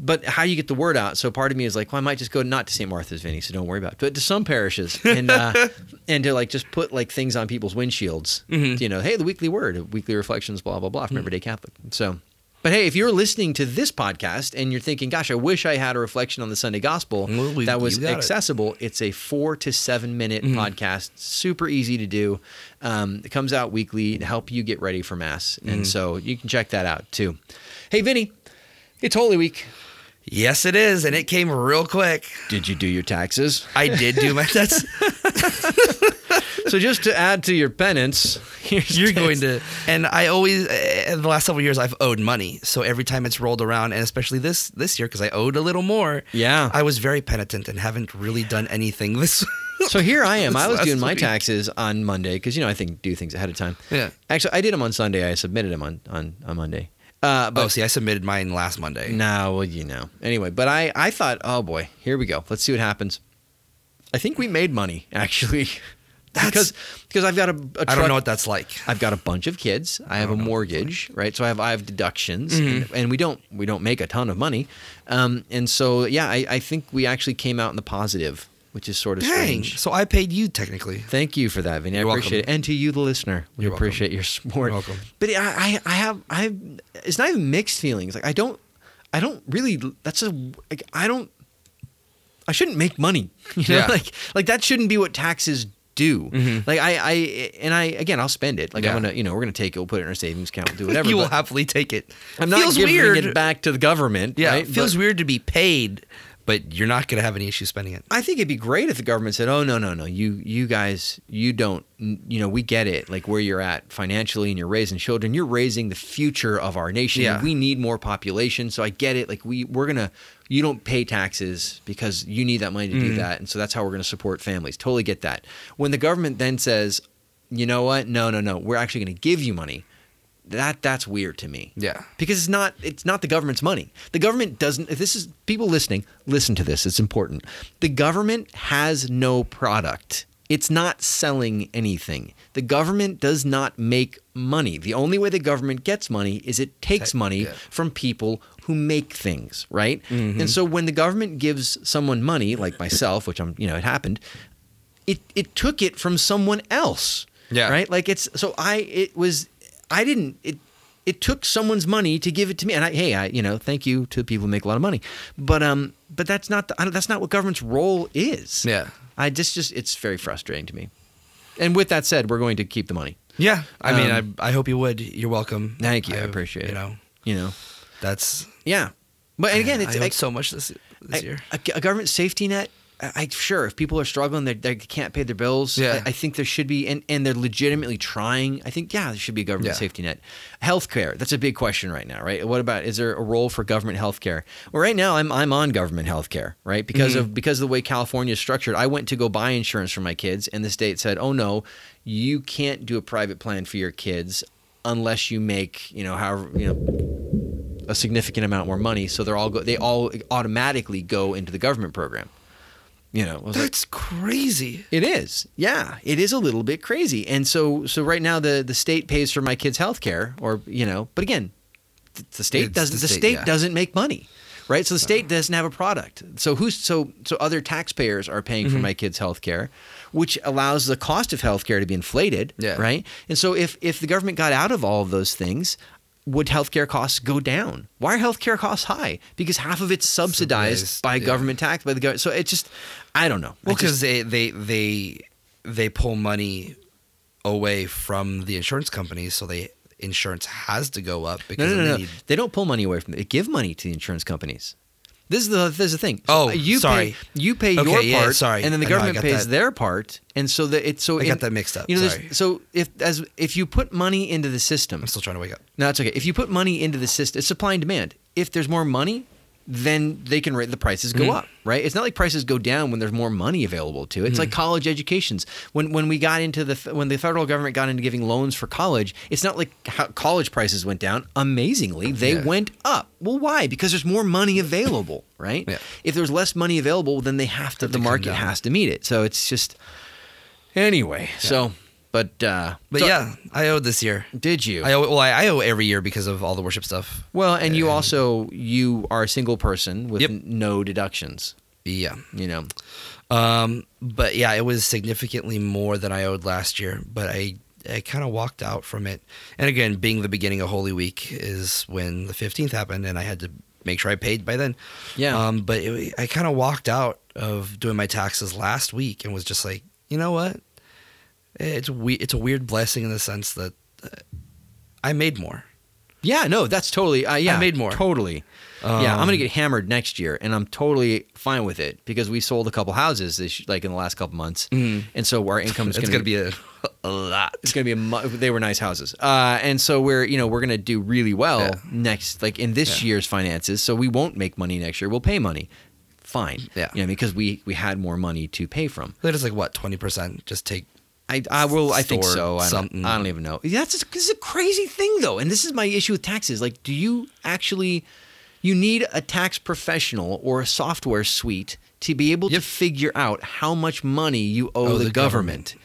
But how you get the word out? So part of me is like, well, I might just go not to St. Martha's, Vinny, so don't worry about it, but to some parishes and uh, and to like just put like things on people's windshields. Mm-hmm. You know, hey, the weekly word, weekly reflections, blah blah blah from Everyday Catholic. So, but hey, if you're listening to this podcast and you're thinking, gosh, I wish I had a reflection on the Sunday Gospel Well, we- that was you got it. accessible accessible. It's a four to seven minute podcast, super easy to do. Um, it comes out weekly to help you get ready for mass, and so you can check that out too. Hey, Vinny, it's Holy Week. yes, it is, and it came real quick. Did you do your taxes? I did do my. That's so just to add to your penance, here's You're this. going to, and I always eh, in the last several years I've owed money, so every time it's rolled around, and especially this this year because I owed a little more. Yeah. I was very penitent and haven't really done anything this. So here I am. This I was last doing my week. taxes on Monday because you know I think do things ahead of time. Yeah. Actually, I did them on Sunday. I submitted them on on, on Monday. Uh, but oh, see, I submitted mine last Monday. No, well, you know. Anyway, but I, I thought, oh boy, here we go. Let's see what happens. I think we made money actually. That's- because because I've got a, a I don't truck- know Oh, what that's like. I've got a bunch of kids. I have a mortgage, right? So I have I have deductions, Mm-hmm. and, and we don't we don't make a ton of money, um, and so yeah, I, I think we actually came out in the positive, which is sort of Dang. strange. So I paid you technically. Thank you for that, Vinny. I You're welcome. appreciate it, and to you, the listener, we You're welcome. appreciate your support. You're welcome. But I, I, I have I have it's not even mixed feelings. Like I don't I don't really that's a like, I don't I shouldn't make money. You know, Yeah. Mm-hmm. like like that shouldn't be what taxes do. Like I I and I again I'll spend it. Like Yeah. I'm gonna you know we're gonna take it. We'll put it in our savings account. We'll do whatever. you will but happily take it. I'm not feels giving weird. it back to the government. Yeah, right? it feels But- weird to be paid, but you're not going to have any issue spending it. I think it'd be great if the government said, "Oh no, no, no, you you guys, you don't, you know, we get it. Like where you're at financially, and you're raising children. You're raising the future of our nation. Yeah. We need more population. So I get it. Like we we're gonna, you don't pay taxes because you need that money to do that, and so that's how we're gonna support families. Totally get that. When the government then says, you know what? No, no, no, we're actually gonna give you money. That that's weird to me Yeah. because it's not it's not the government's money. The government doesn't. If this is people listening, listen to this. It's important. The government has no product. It's not selling anything. The government does not make money. The only way the government gets money is it takes Ta- money yeah. Mm-hmm. from people who make things, right? And so when the government gives someone money, like myself, which I'm, you know, it happened, it it took it from someone else. Yeah. Right? Like it's so I it was I didn't it it took someone's money to give it to me and I hey I you know thank you to people who make a lot of money but um but that's not the, I don't, that's not what government's role is Yeah. I just just it's very frustrating to me and with that said we're going to keep the money Yeah. I Um, mean, I, I hope you would. You're welcome. Thank you. I appreciate it. You know, you know that's. yeah but and again I it's owed like, so much this, this I- year. A, a government safety net. I, I sure if people are struggling, they're- they can't pay their bills. Yeah. I, I think there should be, and, and they're legitimately trying. I think yeah, there should be a government Yeah. safety net. Healthcare. That's a big question right now, right? What about is there a role for government healthcare? Well, right now I'm I'm on government healthcare, right? Because Mm-hmm. of because of the way California is structured. I went to go buy insurance for my kids, and the state said, oh no, you can't do a private plan for your kids unless you make you know however you know a significant amount more money, so they're all go- they all automatically go into the government program. You know, I was like, That's crazy. it is, yeah, it is a little bit crazy. And so, so right now the the state pays for my kids' health care, or you know, but again, th- the state It's doesn't. The the state, state, yeah. Uh-huh. doesn't make money, right? So the state doesn't have a product. So who's so so other taxpayers are paying Mm-hmm. for my kids' health care, which allows the cost of health care to be inflated, Yeah. right? And so if if the government got out of all of those things. Would healthcare costs go down? Why are healthcare costs high? Because half of it's subsidized, Subsidized, by yeah. government tax, by the government. So it just, I don't know. I Well, just- because they, they they they pull money away from the insurance companies, so they insurance has to go up No, because no, no, they no. need They don't pull money away from it. Give money to the insurance companies. This is the this is the thing. Oh, you sorry. Pay, you pay Okay, your yeah, part, sorry. and then the I know, I government got pays that. their part, and so that it's so. I got that mixed up, You know, there's- sorry. so if as if you put money into the system, I'm still trying to wake up. no, that's okay. If you put money into the system, it's supply and demand. If there's more money, then they can ra- the prices Mm-hmm. go up, right? It's not like prices go down when there's more money available to it. Mm-hmm. It's like college educations. When when we got into the f- when the federal government got into giving loans for college, it's not like how college prices went down. Amazingly, they Yeah. went up. Well, why? Because there's more money available, right? Yeah. If there's less money available, then they have to. to the come market down. has to meet it. So it's just anyway. So, but uh, But so- yeah, I owe this year. did you? I owe well, I, I owe every year because of all the worship stuff. Well, and you also you are a single person with Yep. n- no deductions. Yeah. You know, Um, but yeah, it was significantly more than I owed last year, but I I kind of walked out from it. And again, being the beginning of Holy Week is when the 15th happened and I had to make sure I paid by then. Yeah. Um, but it, I kind of walked out of doing my taxes last week and was just like, "You know what? It's we it's a weird blessing in the sense that uh, I made more." yeah, no, that's totally. Uh, yeah, made more. Totally. yeah, I'm Um, gonna get hammered next year, and I'm totally fine with it because we sold a couple houses this like in the last couple months, and so our income is Mm-hmm. mm, It's gonna, going to be a, a lot. it's gonna be a mu- they were nice houses, uh, and so we're you know we're gonna do really well Yeah. next like in this Yeah. year's finances, so we won't make money next year. We'll pay money. Fine. Yeah. You know, because we we had more money to pay from. That is like what twenty percent. Just take I, I will. I think Store so. I don't, something. I don't even know. That's this is a crazy thing though, and this is my issue with taxes. Like, do you actually You need a tax professional or a software suite to be able Yep. to figure out how much money you owe Owe the, the government. government.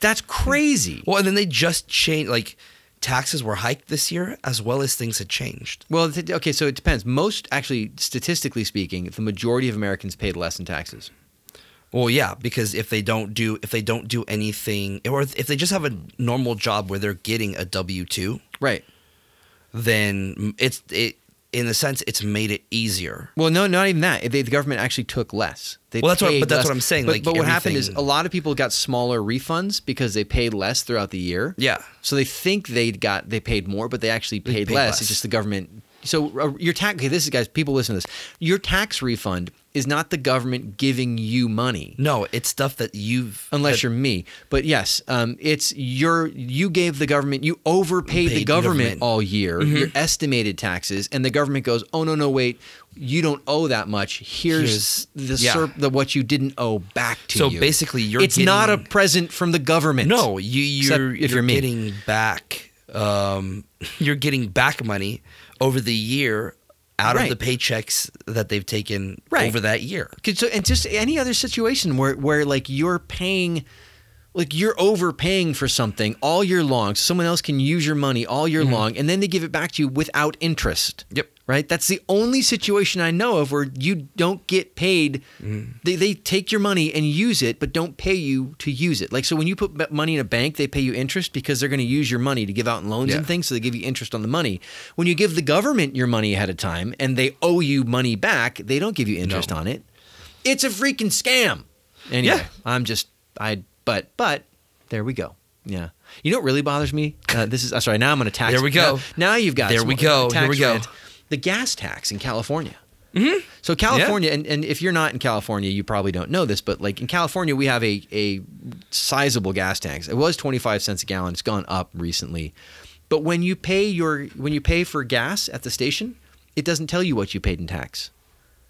That's crazy. Well, and then they just changed, like, taxes were hiked this year as well as things had changed. Well, it's- okay, so it depends. Most, actually, statistically speaking, the majority of Americans paid less in taxes. Well, yeah, because if they don't do if they don't do anything or if they just have a normal job where they're getting a W2, Right. then it's it in a sense it's made it easier. Well, no, not even that. They, the government actually took less. They Well, that's what- paid but that's less. what I'm saying, But, like, but what happened is a everything- lot of people got smaller refunds because they paid less throughout the year. Yeah. So they think they got they paid more, but they actually paid, paid less. less. It's just the government. So uh, your tax. Okay, this is guys. People listen to this. Your tax refund is not the government giving you money, No, it's stuff that you've unless that- you're me. But yes, um, it's your you gave the government you overpaid Paid the the government, government. Mm-hmm. all year your estimated taxes, and the government goes, oh no no wait, you don't owe that much. Here's, the, yeah. sur- the what you didn't owe back to So you. basically you're it's not a getting- present from the government. No, you Except you're if you're, you're me. getting back um you're getting back money over the year out Right. of the paychecks that they've taken Right. over that year. 'Cause So, and just any other situation where where like you're paying, like you're overpaying for something all year long, so someone else can use your money all year long, and then they give it back to you without interest. Mm-hmm. Yep. Right. That's the only situation I know of where you don't get paid. Mm-hmm. They they take your money and use it, but don't pay you to use it. Like so, when you put b- money in a bank, they pay you interest because they're going to use your money to give out in loans and Yeah. things, so they give you interest on the money. When you give the government your money ahead of time and they owe you money back, they don't give you interest on it. It's a freaking scam. Anyway, Yeah. I'm just I but but there we go. Yeah. You know what really bothers me? Uh, this is uh, sorry. Now I'm going to tax. There we go. Now, now you've got There some we go. tax Here we go. Mm-hmm. rant. The gas tax in California. So California, and, and if you're not in California, you probably don't know this, but like in California, we have a a sizable gas tax. It was 25 cents a gallon. It's gone up recently, but when you pay your when you pay for gas at the station, it doesn't tell you what you paid in tax.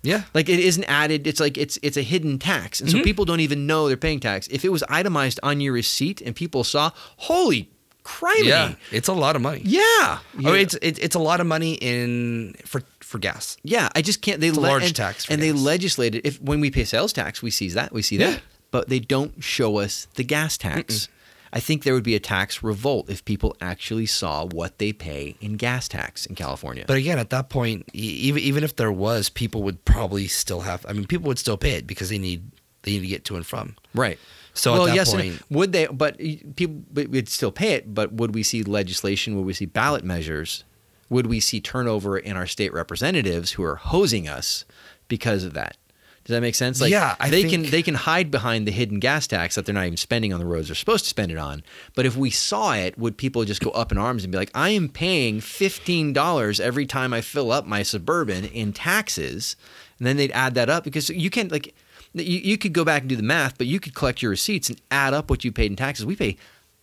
Yeah. Like it isn't added. It's like it's it's a hidden tax, and Mm-hmm. so people don't even know they're paying tax. If it was itemized on your receipt and people saw, holy criminy, Yeah. It's a lot of money. yeah. I mean, Oh, it's it, it's a lot of money in for for gas. Yeah, I just can't. They a le- large and, tax for and they gas. legislate it. If when we pay sales tax, we see that we see Yeah. that, but they don't show us the gas tax. I think there would be a tax revolt if people actually saw what they pay in gas tax in California. But again, at that point, e- even even if there was, people would probably still have. I mean, people would still pay it because they need they need to get to and from. right. So well, at that yes, and point, would they? But people but would still pay it. But would we see legislation? Would we see ballot measures? Would we see turnover in our state representatives who are hosing us because of that? Does that make sense? Like, Yeah, I they think- can they can hide behind the hidden gas tax that they're not even spending on the roads they're supposed to spend it on. But if we saw it, would people just go up in arms and be like, "I am paying fifteen dollars every time I fill up my suburban in taxes," and then they'd add that up because you can't like you, you could go back and do the math, but you could collect your receipts and add up what you paid in taxes. We pay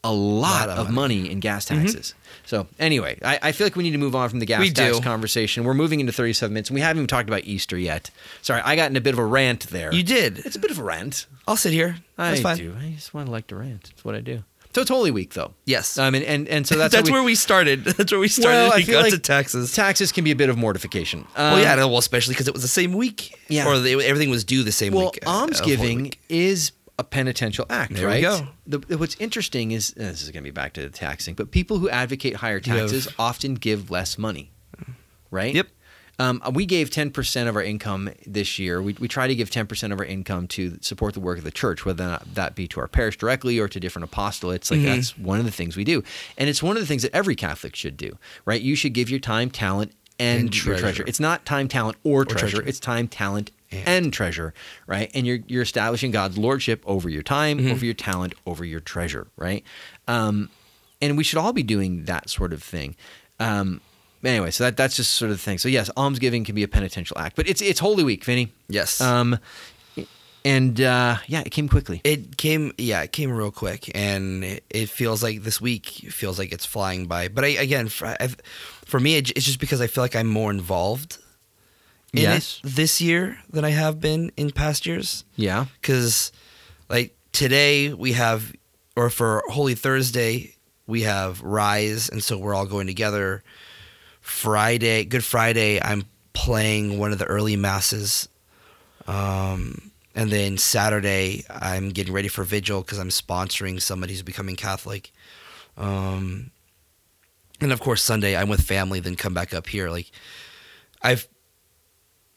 a lot, Lot of Mm-hmm. of money. in gas taxes. So anyway, I, I feel like we need to move on from the gas We tax do. conversation. We're moving into 37 minutes, and we haven't even talked about Easter yet. Sorry, I got in a bit of a rant there. you did. It's a bit of a rant. I'll sit here. That's I fine. do. I just want to like to rant. It's what I do. So it's Holy Week, though. Yes. I mean, and and so that's Um, that's how where we started. That's where we started. well, I we feel got like to taxes. Taxes can be a bit of mortification. Um, well, yeah, no, well, especially because it was the same week. Yeah. Or they, everything was due the same Well, week. uh, of Holy almsgiving Week. is a penitential act, There we right? go. The, what's interesting is uh, this is going to be back to the taxing, but people who advocate higher You have- taxes often give less money, right? Yep. Um, we gave 10% of our income this year. We, we try to give 10% of our income to support the work of the church, whether or not that be to our parish directly or to different apostolates. Mm-hmm. Like, that's one of the things we do. And it's one of the things that every Catholic should do, right? You should give your time, talent, and, And your treasure. treasure. It's not time, talent, or, treasure. treasure. It's time, talent, And. and treasure, right? And you're you're establishing God's lordship over your time, Mm-hmm. over your talent, over your treasure, right? Um, and we should all be doing that sort of thing. Um, anyway, so that that's just sort of the thing. So yes, almsgiving can be a penitential act, but it's it's Holy Week, Vinny. Yes. Um, and uh, yeah, it came quickly. It came, yeah, it came real quick, and it, it feels like this week feels like it's flying by. But I, again, for, i for me, it, it's just because I feel like I'm more involved in Yes. it this year than I have been in past years. yeah. Because, like today, we have, or for Holy Thursday, we have Rise, and so we're all going together. Friday, Good Friday, I'm playing one of the early masses. Um, and then Saturday, I'm getting ready for vigil because I'm sponsoring somebody who's becoming Catholic. Um, and of course, Sunday, I'm with family, then come back up here. Like, I've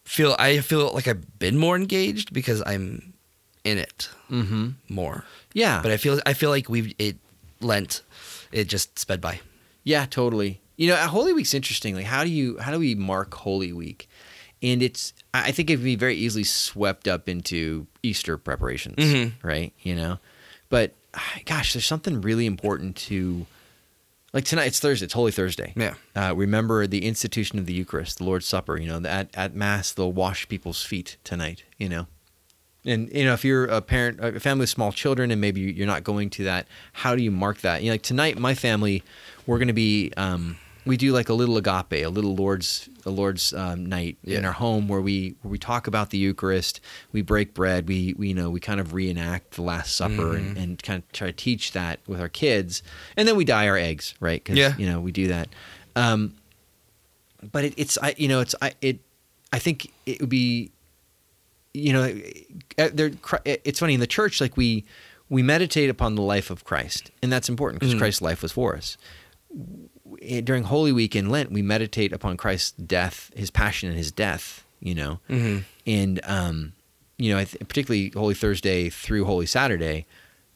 feel I feel like I've been more engaged because I'm in it Mm-hmm. more. Yeah. But I feel I feel like we've it Lent, it just sped by. Yeah, totally. You know, uh, Holy Week's interesting. Like, how do you how do we mark Holy Week? And it's I I think it can be very easily swept up into Easter preparations, Mhm. right? You know, but ah, gosh, there's something really important to like tonight. It's Thursday. It's Holy Thursday. Yeah. Uh, remember the institution of the Eucharist, the Lord's Supper. You know, at at Mass they'll wash people's feet tonight. You know, and you know if you're a parent, a family with small children, and maybe you're not going to that, how do you mark that? You know, like tonight, my family, we're going to be um, we do like a little agape, a little Lord's a Lord's um, night in Yeah. our home where we where we talk about the Eucharist, we break bread, we, we you know we kind of reenact the Last Supper and, Mm-hmm. and kind of try to teach that with our kids, and then we dye our eggs, right? 'Cause, Yeah. you know we do that. Um, but it, it's I you know it's I it I think it would be you know uh, there Chri- it's funny in the church like we we meditate upon the life of Christ and that's important because Mm. Christ's life was for us Eh, during Holy Week and Lent we meditate upon Christ's death his passion and his death you know Mm-hmm. and um, you know, I th- particularly Holy Thursday through Holy Saturday,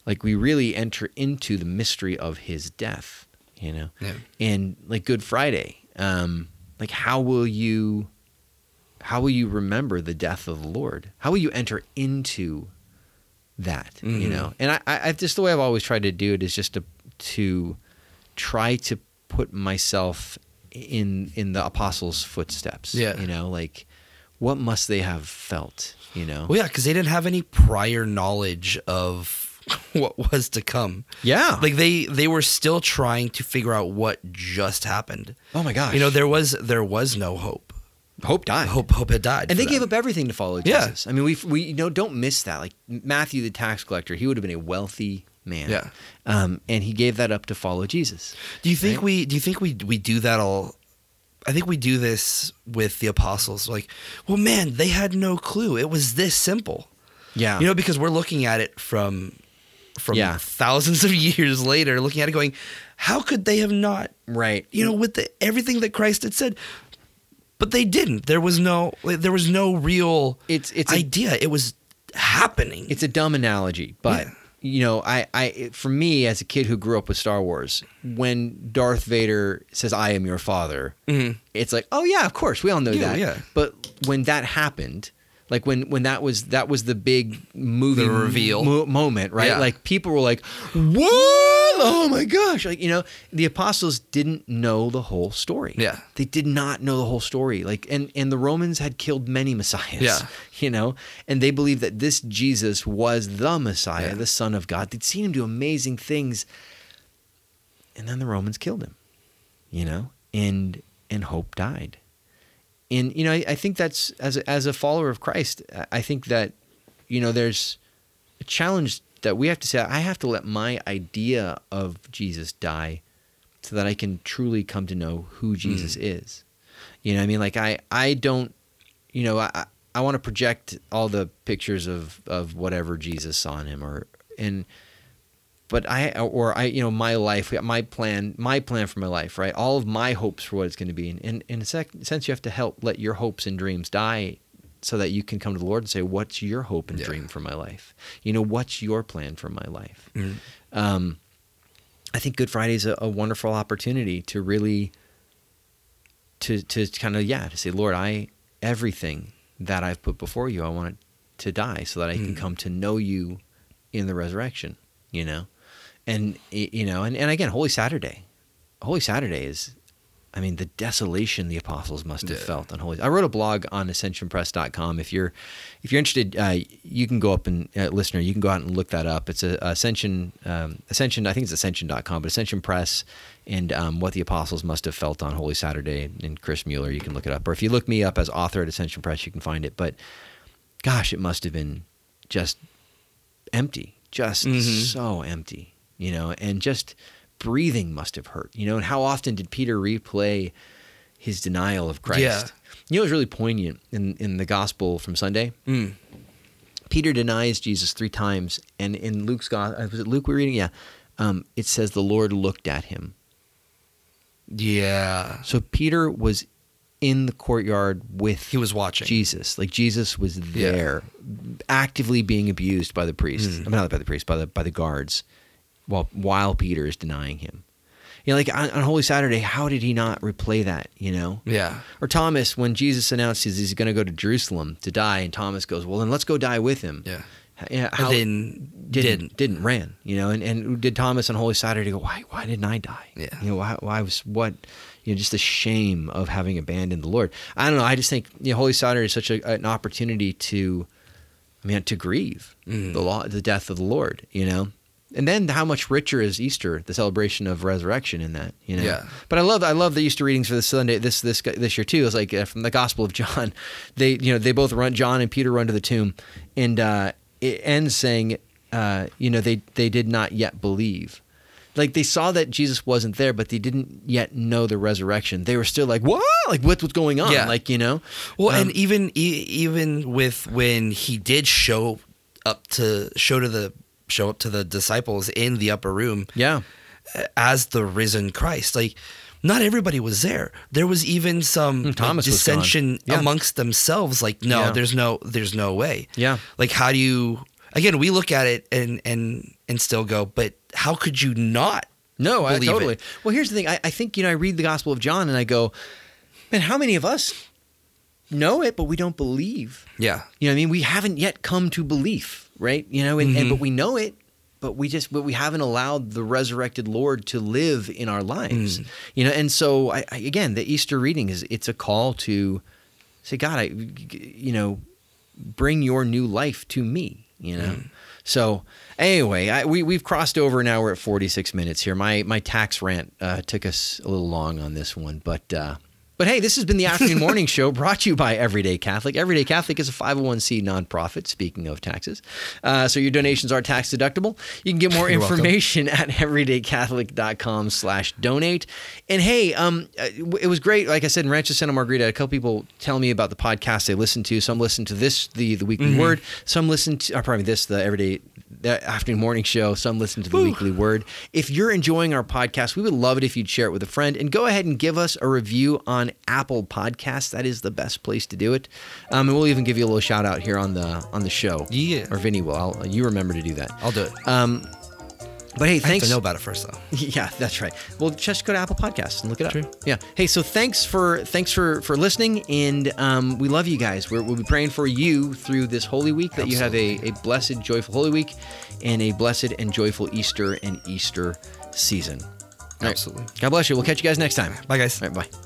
like we really enter into the mystery of His death. You know, Yeah. and like Good Friday, um, like how will you, how will you remember the death of the Lord? How will you enter into that? You Mhm. know, and I, I I- just the way I've always tried to do it is just to to try to put myself in in the apostles' footsteps. Yeah. you know, like what must they have felt? You know, Well, yeah, because they didn't have any prior knowledge of what was to come. yeah, like Like they they were still trying to figure out what just happened. oh my gosh, You know, there was there was no hope. hope died. Hope hope had died. and for they gave them. up everything to follow Yeah. Jesus. I mean, we we you know don't miss that. Like Matthew, the tax collector, he would have been a wealthy man. Yeah. um, and he gave that up to follow Jesus. Do you think we do you think we we do that all I think we do this with the apostles like, well man, they had no clue. It was this simple. Yeah, You know, because we're looking at it from from Yeah. thousands of years later, looking at it going, how could they have not right. you know, with the, everything that Christ had said. But they didn't. There was no there was no real It's it's a idea. It was happening. it's a dumb analogy, but Yeah. you know, I, I, it- for me as a kid who grew up with Star Wars, when Darth Vader says, "I am your father," Mhm. it's like, oh yeah, of course, we all know Yeah, that. yeah. But when that happened, like when when that was that was the big movie The reveal. mo- moment, right? Yeah. Like people were like, "What? Oh my gosh!" Like you know, the apostles didn't know the whole story. Yeah. they did not know the whole story. Like and and the Romans had killed many messiahs Yeah. you know, and they believed that this Jesus was the Messiah, Yeah. the Son of God. They'd seen him do amazing things, and then the Romans killed him, you know, and and hope died. And you know, I, I think that's as a, as a follower of Christ, I- I think that you know there's a challenge that we have to say. I have to let my idea of Jesus die, so that I can truly come to know who Jesus is. You know, what I mean, like I I don't you know, I I- I want to project all the pictures of of whatever Jesus saw in him, or and but I or I you know my life, my plan, my plan for my life, right? All of my hopes for what it's going to be, and, and in a sec, sense, you have to help let your hopes and dreams die, so that you can come to the Lord and say, "What's your hope and Yeah. dream for my life? You know, what's your plan for my life?" Mhm. Um, I think Good Friday is a, a wonderful opportunity to really to to kind of yeah to say, Lord, I everything that I've put before you, I want it to die so that I can Mm. come to know you in the resurrection. You know, and y- you know, and, and again, Holy Saturday, Holy Saturday is. I mean, the desolation the apostles must have Yeah. felt on Holy. I wrote a blog on ascensionpress.com. If you're, if you're interested, uh, you can go up and uh, listener, you can go out and look that up. It's a, ascension, um, ascension. I think it's ascension.com, but Ascension Press and um, what the apostles must have felt on Holy Saturday. And Chris Mueller, you can look it up, or if you look me up as author at Ascension Press, you can find it. But gosh, it must have been just empty, just Mhm. so empty, you know, and just breathing must have hurt, you know. And how often did Peter replay his denial of Christ. Yeah. You know, it's really poignant in, in the gospel from Sunday. Mm. Peter denies Jesus three times, and in Luke's gospel, was it Luke we're reading? Yeah, um, it says the Lord looked at him. Yeah. So Peter was in the courtyard with He was watching. Jesus. Like Jesus was Yeah. Hmm. there, actively being abused by the priests. I mean, not by the priests, by the by the guards, while while Peter is denying him. You know, like on, on Holy Saturday, how did he not replay that? You know, Yeah. or Thomas when Jesus announces he's going to go to Jerusalem to die, and Thomas goes, "Well, then let's go die with him." Yeah. H- yeah, And how then didn't, didn't. didn't ran you know and, and did Thomas on Holy Saturday go why why didn't I die Yeah. you know why, why was what you know just the shame of having abandoned the Lord I don't know I just think you know Holy Saturday is such a, an opportunity to I mean to grieve Mm. the law the death of the Lord you know and then how much richer is Easter the celebration of resurrection in that you know Yeah. but I love I love the Easter readings for the Sunday this this this year too. It's like uh, from the Gospel of John. They you know they both run John and Peter run to the tomb, and uh, it ends saying uh, you know they they did not yet believe. Like they saw that Jesus wasn't there, but they didn't yet know the resurrection. They were still like, "What? Like what's what's going on?" Yeah. Like you know, Well, Um, and even e- even with when he did show up to show to the show up to the disciples in the upper room yeah, as the risen Christ, like not everybody was there. There was even some like, Hmm, Thomas was gone. dissension Yeah. amongst themselves. Like, no, Yeah. there's no, there's no way. Yeah. Like, how do you? Again, we look at it and and and still go, but how could you not? no, I Believe totally. it. Well, here's the thing. I, I think you know I read the Gospel of John and I go, man, how many of us know it but we don't believe? Yeah. You know, what I mean, we haven't yet come to belief, right? You know, and, and but we know it, but we just but we haven't allowed the resurrected Lord to live in our lives. You know, and so I, I, again, the Easter reading is it's a call to say, God, I, you know, bring your new life to me. You know. Mm. So anyway, I, we we've crossed over now. We're at forty six minutes here. My my tax rant uh, took us a little long on this one, but. Uh, but hey, this has been the afternoon morning show brought to you by Everyday Catholic. Everyday Catholic is a 501c nonprofit, speaking of taxes. Uh, so your donations are tax deductible. You can get more You're welcome. information at everydaycatholic.com slash donate. And hey, um, uh, it was great. Like I said, in Rancho Santa Margarita, a couple people tell me about the podcast they listen to. Some listen to this, the, the Mm-hmm. Weekly Word. Some listen to, or probably this, the Everyday the afternoon morning show. Some listen to the weekly word. If you're enjoying our podcast, we would love it if you'd share it with a friend and go ahead and give us a review on Apple Podcasts. That is the best place to do it. Um, and we'll even give you a little shout out here on the on the show. Yeah. Or Vinny will. I'll, you remember to do that. I'll do it. Um, but hey, I have thanks. to know about it first, though. Yeah, that's right. Well, just go to Apple Podcasts and look it up. True. Yeah. Hey, so thanks for thanks for for listening, and um, we love you guys. We're, we'll be praying for you through this Holy Week that you have a, a blessed, joyful Holy Week, and a blessed and joyful Easter and Easter season. All right. Absolutely. God bless you. We'll catch you guys next time. Bye, guys. All right. Bye.